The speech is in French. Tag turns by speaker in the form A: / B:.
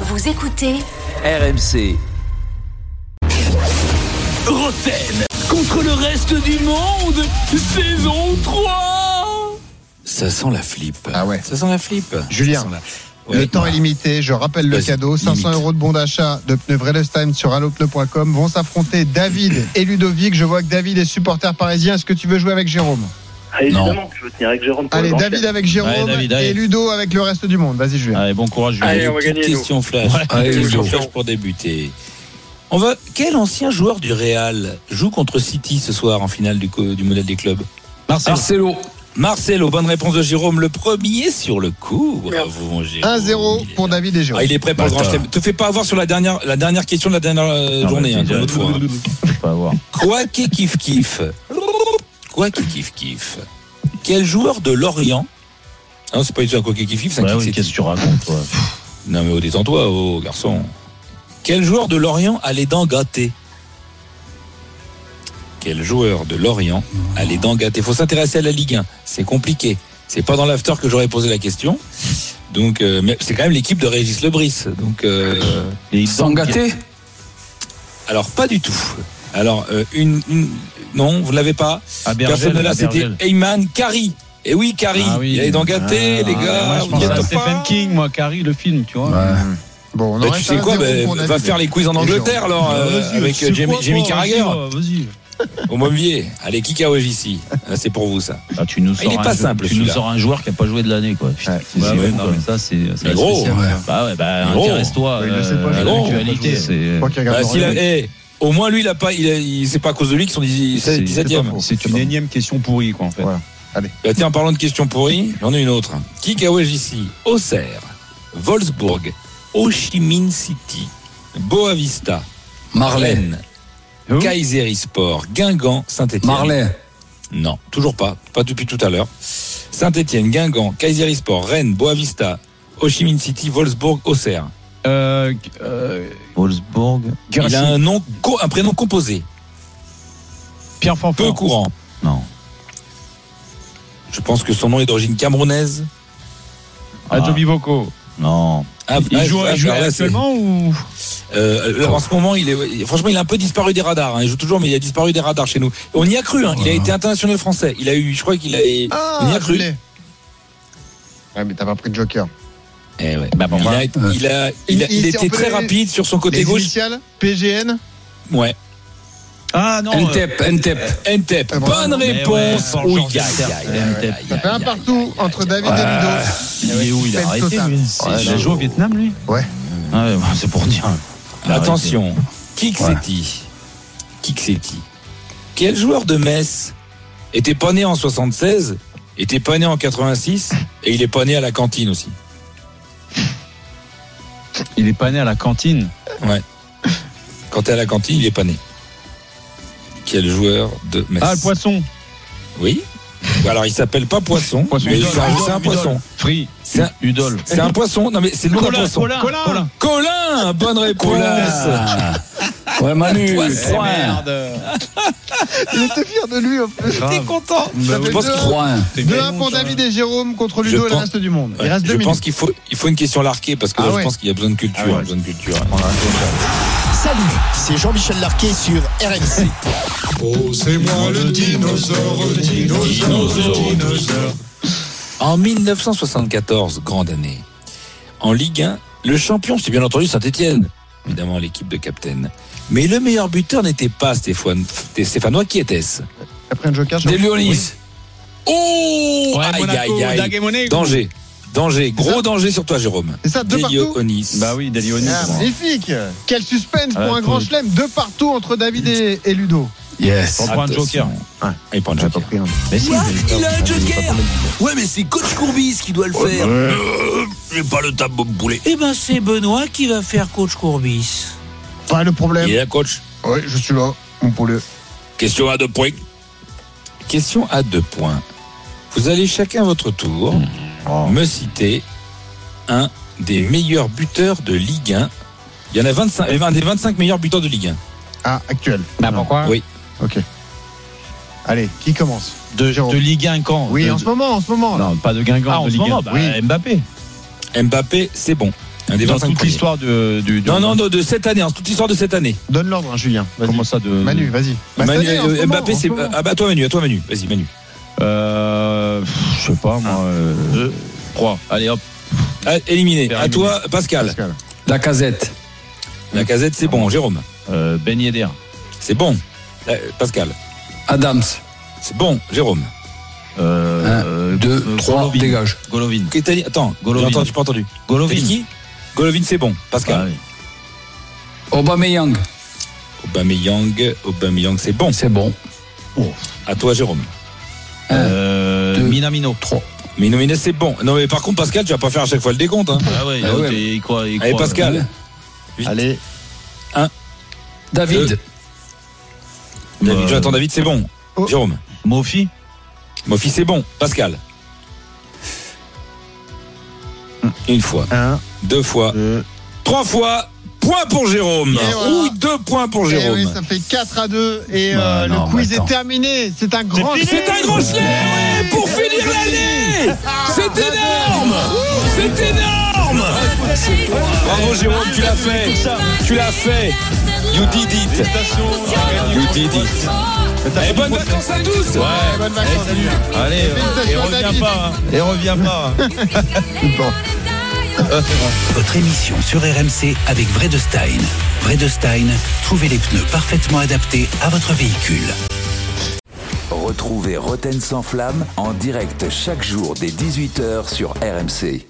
A: Vous écoutez
B: RMC. Roten contre le reste du monde, saison 3 Ça sent la flip.
C: Ah ouais.
B: Ça sent la flip.
C: Julien,
B: Ça sent la-
C: le
B: Ouais.
C: temps est limité. Je rappelle le
B: Vas-y,
C: cadeau 500
B: limite.
C: euros de bon d'achat de pneus Vredestein sur allopneu.com. Vont s'affronter David et Ludovic. Je vois que David est supporter parisien. Est-ce que tu veux jouer avec Jérôme
D: Ah, évidemment, je veux tenir avec Jérôme. pour
C: Allez,
D: le grand
C: David avec Jérôme
E: Allez, David,
C: et
E: allez.
C: Ludo avec le reste du monde. Vas-y, Julien.
E: Allez, bon courage, Julien.
D: Allez, on va
E: Petite
D: gagner, nous.
E: question flash.
B: Allez,
E: Question
B: Ludo.
E: flash pour débuter. On va... Quel ancien joueur du Real joue contre City ce soir en finale du, co- du modèle des clubs Marcelo.
B: Marcelo.
E: Marcelo, bonne réponse de Jérôme, le premier sur le coup. Bravo, mon Jérôme.
C: 1-0
E: Il est
C: pour
E: là.
C: David et Jérôme.
E: Ah, il est prêt pour le grand
F: Bâtard.
E: chelem. Te fais pas avoir sur la dernière, la dernière question de la dernière euh,
F: Non,
E: journée.
F: mais
E: hein,
F: c'est
E: de l'autre
F: déjà
E: fois, hein.
F: tout, Faut avoir.
E: Quoi qui kiffe kiffe. Quoi qui kiffe kiffe. Quel joueur de Lorient Non, c'est pas du tout un quoi qui kiffe kiffe, c'est un
F: Bah
E: kick,
F: oui,
E: c'est-
F: qu'est-ce que tu racontes, toi
E: Non mais oh, détends-toi, oh garçon. Quel joueur de Lorient a les dents gâtées Quel joueur de Lorient a les dents gâtées Faut s'intéresser à la Ligue 1, c'est compliqué. C'est pas dans l'after que j'aurais posé la question. Donc, euh, mais c'est quand même l'équipe de Régis Lebris. Donc, euh,
F: Les
B: Sans gâter
E: alors pas du tout. Alors, euh, une, une- non, vous l'avez pas.
F: À
E: Personne
F: Bergel,
E: ne l'a.
F: à
E: C'était
F: Bergel.
E: Eyman Carrie. Et oui, Carrie.
F: Ah oui.
E: Il a les dents gâtées,
F: Ah,
E: les gars.
F: moi, je
E: vous
F: pense
E: y
F: à
E: êtes
F: Stephen
E: pas
F: King, moi, Carrie, le film, tu vois.
C: Ouais. Bon, on
E: Bah,
C: en
E: tu
C: reste
E: sais
C: à
E: quoi,
C: 0
E: bah,
C: pour David.
E: va faire les quiz en
C: Et Jérôme.
E: Angleterre alors
F: Bah,
E: euh,
F: vas-y,
E: avec
F: c'est
E: euh, Jamie,
F: quoi,
E: Jamie
F: toi,
E: Carragher
F: vas-y, Vas-y.
E: au Montvier. Allez, qui KOJ ici Ah, C'est pour vous ça.
F: Ah, tu nous
E: Ah, il
F: sors
E: est
F: un
E: pas
F: jeu-
E: simple,
F: Tu nous
E: celui-là.
F: sors un joueur qui a pas joué de l'année, quoi. Putain,
C: Ouais.
F: c'est-
E: Ouais,
F: c'est
E: ouais,
F: fou,
E: non,
F: quoi.
E: mais-
F: Ça, c'est c'est
E: Mais gros,
F: spécial.
C: ouais.
F: Bah ouais, bah
E: Mais gros.
F: intéresse-toi.
C: Il le sait pas,
F: euh,
C: je
F: à
E: crois.
F: l'actualité,
C: Je
F: c'est.
C: crois qu'il
E: Bah,
C: regarde
E: s'il a-
C: Lorient.
E: eh, au moins lui, il a pas, il a- il- c'est pas à cause de lui qu'ils sont
F: c'est-
E: 17
F: c'est pas
E: 17e.
F: faux.
C: C'est
F: C'est une
C: pas faux.
F: énième question pourrie, quoi, en fait.
C: Ouais.
E: Bah, tiens, en parlant de questions pourries, j'en ai une autre. Qui KOJ ici Auxerre, Wolfsburg, Ho Chi Minh City, Boavista,
B: Marley.
E: Rennes, Kayserisport, Guingamp, Saint-Etienne.
B: Marley.
E: Non, toujours pas. Pas depuis tout à l'heure. Saint-Etienne, Guingamp, Kayserisport, Rennes, Boavista, Ho Chi Minh City, Wolfsburg, Auxerre.
F: Euh, euh,
G: Wolfsburg.
E: Il a un, nom, co- un prénom composé,
F: Pierre
E: peu
F: Fanfan.
E: courant.
G: Non.
E: Je pense que son nom est d'origine camerounaise.
F: À Joby Boko.
G: Non.
E: Ah,
F: Il
E: ah,
F: joue
E: ah,
F: il joue
E: ah, là,
F: actuellement ou
E: c'est- euh, là, En ce moment, il est, franchement, il a un peu disparu des radars. hein. Il joue toujours, mais il a disparu des radars chez nous. On y a cru. hein. Il a été international français. Il a eu, je crois qu'il a. on y
C: Ah,
E: a
C: je
E: cru.
C: l'ai. Ouais, mais t'as pas pris de joker.
E: Eh ouais.
F: Bah, bon,
E: Il
F: voilà.
E: a, il a, il a- il
C: Il- il-
E: était
C: on peut
E: très
C: les-
E: rapide sur son côté
C: Les
E: gauche.
C: initiales PGN
E: Ouais.
F: Ah non. euh, Eh,
B: Ntep, Ntep.
E: Ntep.
C: Ah, bravo.
E: Bonne
F: Mais
E: réponse.
F: ouais,
E: Oui,
F: Georges
E: aïe,
F: Dester.
E: aïe, aïe,
F: Ntep.
E: aïe,
C: Ça fait un
E: aïe,
C: partout
E: aïe,
C: entre
E: aïe,
C: David
E: aïe.
C: et Ludo.
F: Il est où Il a
C: Suspense
F: arrêté,
C: total.
F: lui C'est-
C: Ouais,
F: Il a
C: non.
F: joué au Vietnam, lui
C: Ouais.
F: Ah, ouais, bah, c'est pour dire. Il a arrêté.
E: Attention. Kick Seti. Kick Seti. Quel joueur de Metz était pas né en 76, était pas né en 86 et il est pas né à la cantine aussi
F: Il est pas né à la cantine.
E: Quand t'es à la cantine, il est pas né. Quel joueur de Metz
F: Ah, le poisson.
E: Oui. Alors il s'appelle pas Poisson,
F: Poisson.
E: mais
F: Udol,
E: c'est un-
F: Udol,
E: c'est un
F: Udol.
E: poisson.
F: Free.
E: C'est un-
F: Udol.
E: C'est un poisson. Non mais c'est le nom d'un
F: Colin,
E: poisson.
F: Colin,
C: Colin.
F: Colin.
E: Colin, bonne réponse.
B: Ouais, Manu.
F: Eh, merde.
C: Il était fier de lui en plus.
F: Grave.
E: content.
C: Ça fait
E: Je pense
C: deux-
E: qu'il faut
B: 3-1.
F: T'es
C: 2-1
F: gagnant,
C: pour
F: ça.
C: David et Jérôme contre
E: Je
C: Ludo et le
E: pense-
C: reste du monde. Il
E: Ouais,
C: reste
E: je
C: 2 minutes.
E: pense qu'il faut, il faut une question larquée parce que
C: Ah
E: là,
C: ouais.
E: je pense qu'il y a besoin de culture.
F: Ah ouais.
E: besoin de culture.
H: Salut, c'est Jean-Michel Larquet sur RMC.
E: En 1974, grande année, en Ligue 1, le champion, c'est bien entendu Saint-Etienne, évidemment l'équipe de Captain. Mais le meilleur buteur n'était pas Stéphane, Sté- Stéphanois, qui était-ce
C: Après un joker, je-
B: Des Lyonis.
E: Oh
F: Ouais,
E: Aïe,
F: Monaco,
E: aïe, aïe.
F: Daguet Monet, quoi.
E: Danger, danger,
C: ça
E: gros danger sur toi Jérôme.
C: C'est ça, deux
E: Des
C: partout
E: Lyonis.
F: Bah oui, Delionis.
C: Ah, magnifique Quel suspense
F: Ah,
C: pour un grand
F: tout-
C: chelem Deux partout entre David et, et Ludo.
B: Yes.
F: On prend un
E: Attention.
F: joker.
C: Ouais.
E: Il prend un joker.
F: Mais si,
E: Il a un joker Ouais mais c'est coach Courbis qui doit le faire Euh, J'ai pas le tableau de boulet
I: Eh ben, c'est Benoît qui va faire coach Courbis.
C: Pas le problème.
E: Il est là coach
C: Oui, je suis là, mon poulet.
E: Question à deux points. Question à deux points. Vous allez chacun à votre tour
C: Oh.
E: me citer un des meilleurs buteurs de Ligue 1. Il y en a 25, euh, un des 25 meilleurs buteurs de Ligue 1.
C: Ah, actuel.
F: Bah pourquoi
E: Oui.
C: Ok. Allez, qui commence
F: De,
C: Jérôme.
F: de Ligue 1 quand
C: Oui,
F: De-
C: en ce moment, en ce moment. là.
F: Non, pas de Guingamp,
C: Ah, en
F: de
C: ce
F: Ligue 1.
C: moment, bah,
F: Mbappé.
E: Mbappé, c'est bon. Un des
F: Dans
E: 25
F: toute
E: premiers.
F: l'histoire de, du. du-
E: Non, non, non, de cette année, en toute l'histoire de cette année.
C: Donne l'ordre, hein, Julien. Vas-y.
F: Comment ça de.
C: Manu, vas-y. Bah,
E: Manu-
C: cette année, en ce
E: euh,
C: moment,
E: Mbappé,
C: en ce
E: c'est.
C: moment.
E: Ah bah, toi, Manu, à toi, Manu. Vas-y, Manu.
F: Euh. pff, Je sais pas, moi. euh, 3. Allez hop.
E: Ah, éliminé. À
F: Éliminé.
E: toi, Pascal.
C: Pascal.
A: La casette.
E: La casette, c'est bon. Jérôme,
F: Euh, ben Yedder.
E: c'est bon. Euh, Pascal,
A: Adams.
E: c'est bon. Jérôme.
A: Un,
F: Euh.
A: 2, 3,
F: Golovin.
A: dégage.
F: Golovin.
E: Qu'est-ce que t'as dit Attends, j'ai
F: Golovin.
E: entendu, j'ai pas entendu. T'as dit
F: Golovin.
E: qui Golovin, c'est bon.
F: Ah,
E: Pascal.
F: oui.
A: Aubameyang.
E: Aubameyang, Aubameyang, c'est bon.
A: C'est bon.
E: À toi, Jérôme.
A: Un,
F: Euh,
A: deux,
F: Minamino. 3.
E: Mais nominé, c'est bon. Non, mais par contre, Pascal, tu vas pas faire à chaque fois le décompte. Hein.
F: Ah ouais,
A: Ah
F: l'autre,
A: ouais.
F: il croit. il
E: Allez,
F: croit.
E: Pascal. Vite.
C: Allez,
A: David.
E: Deux. David,
F: Euh,
E: Jonathan David, c'est bon.
C: Oh.
E: Jérôme.
F: Mofi.
E: Mofi, c'est bon. Pascal. Une fois,
C: un,
E: deux fois,
C: deux.
E: trois fois. Point pour Jérôme.
C: Et voilà.
E: Ou deux points pour
C: Eh
E: Jérôme.
C: oui, ça fait 4 à 2 et euh,
F: Bah, non,
C: le quiz
F: mais attends.
C: est terminé. C'est un grand
E: C'est un grand chelem ouais, pour finir l'année C'est énorme C'est énorme Bravo Jérôme, tu l'as fait Tu l'as fait You did it You did it Et bonnes vacances à tous
C: Ouais, bonne vacances.
F: Allez, et
C: Félicitations,
F: reviens
C: David.
F: pas. hein. Et reviens pas. hein.
C: Bon.
B: Votre émission sur RMC avec Vrai de Stein. Vrai de Stein, trouvez les pneus parfaitement adaptés à votre véhicule.
G: Retrouvez Roten sans flamme en direct chaque jour dès 18h sur RMC.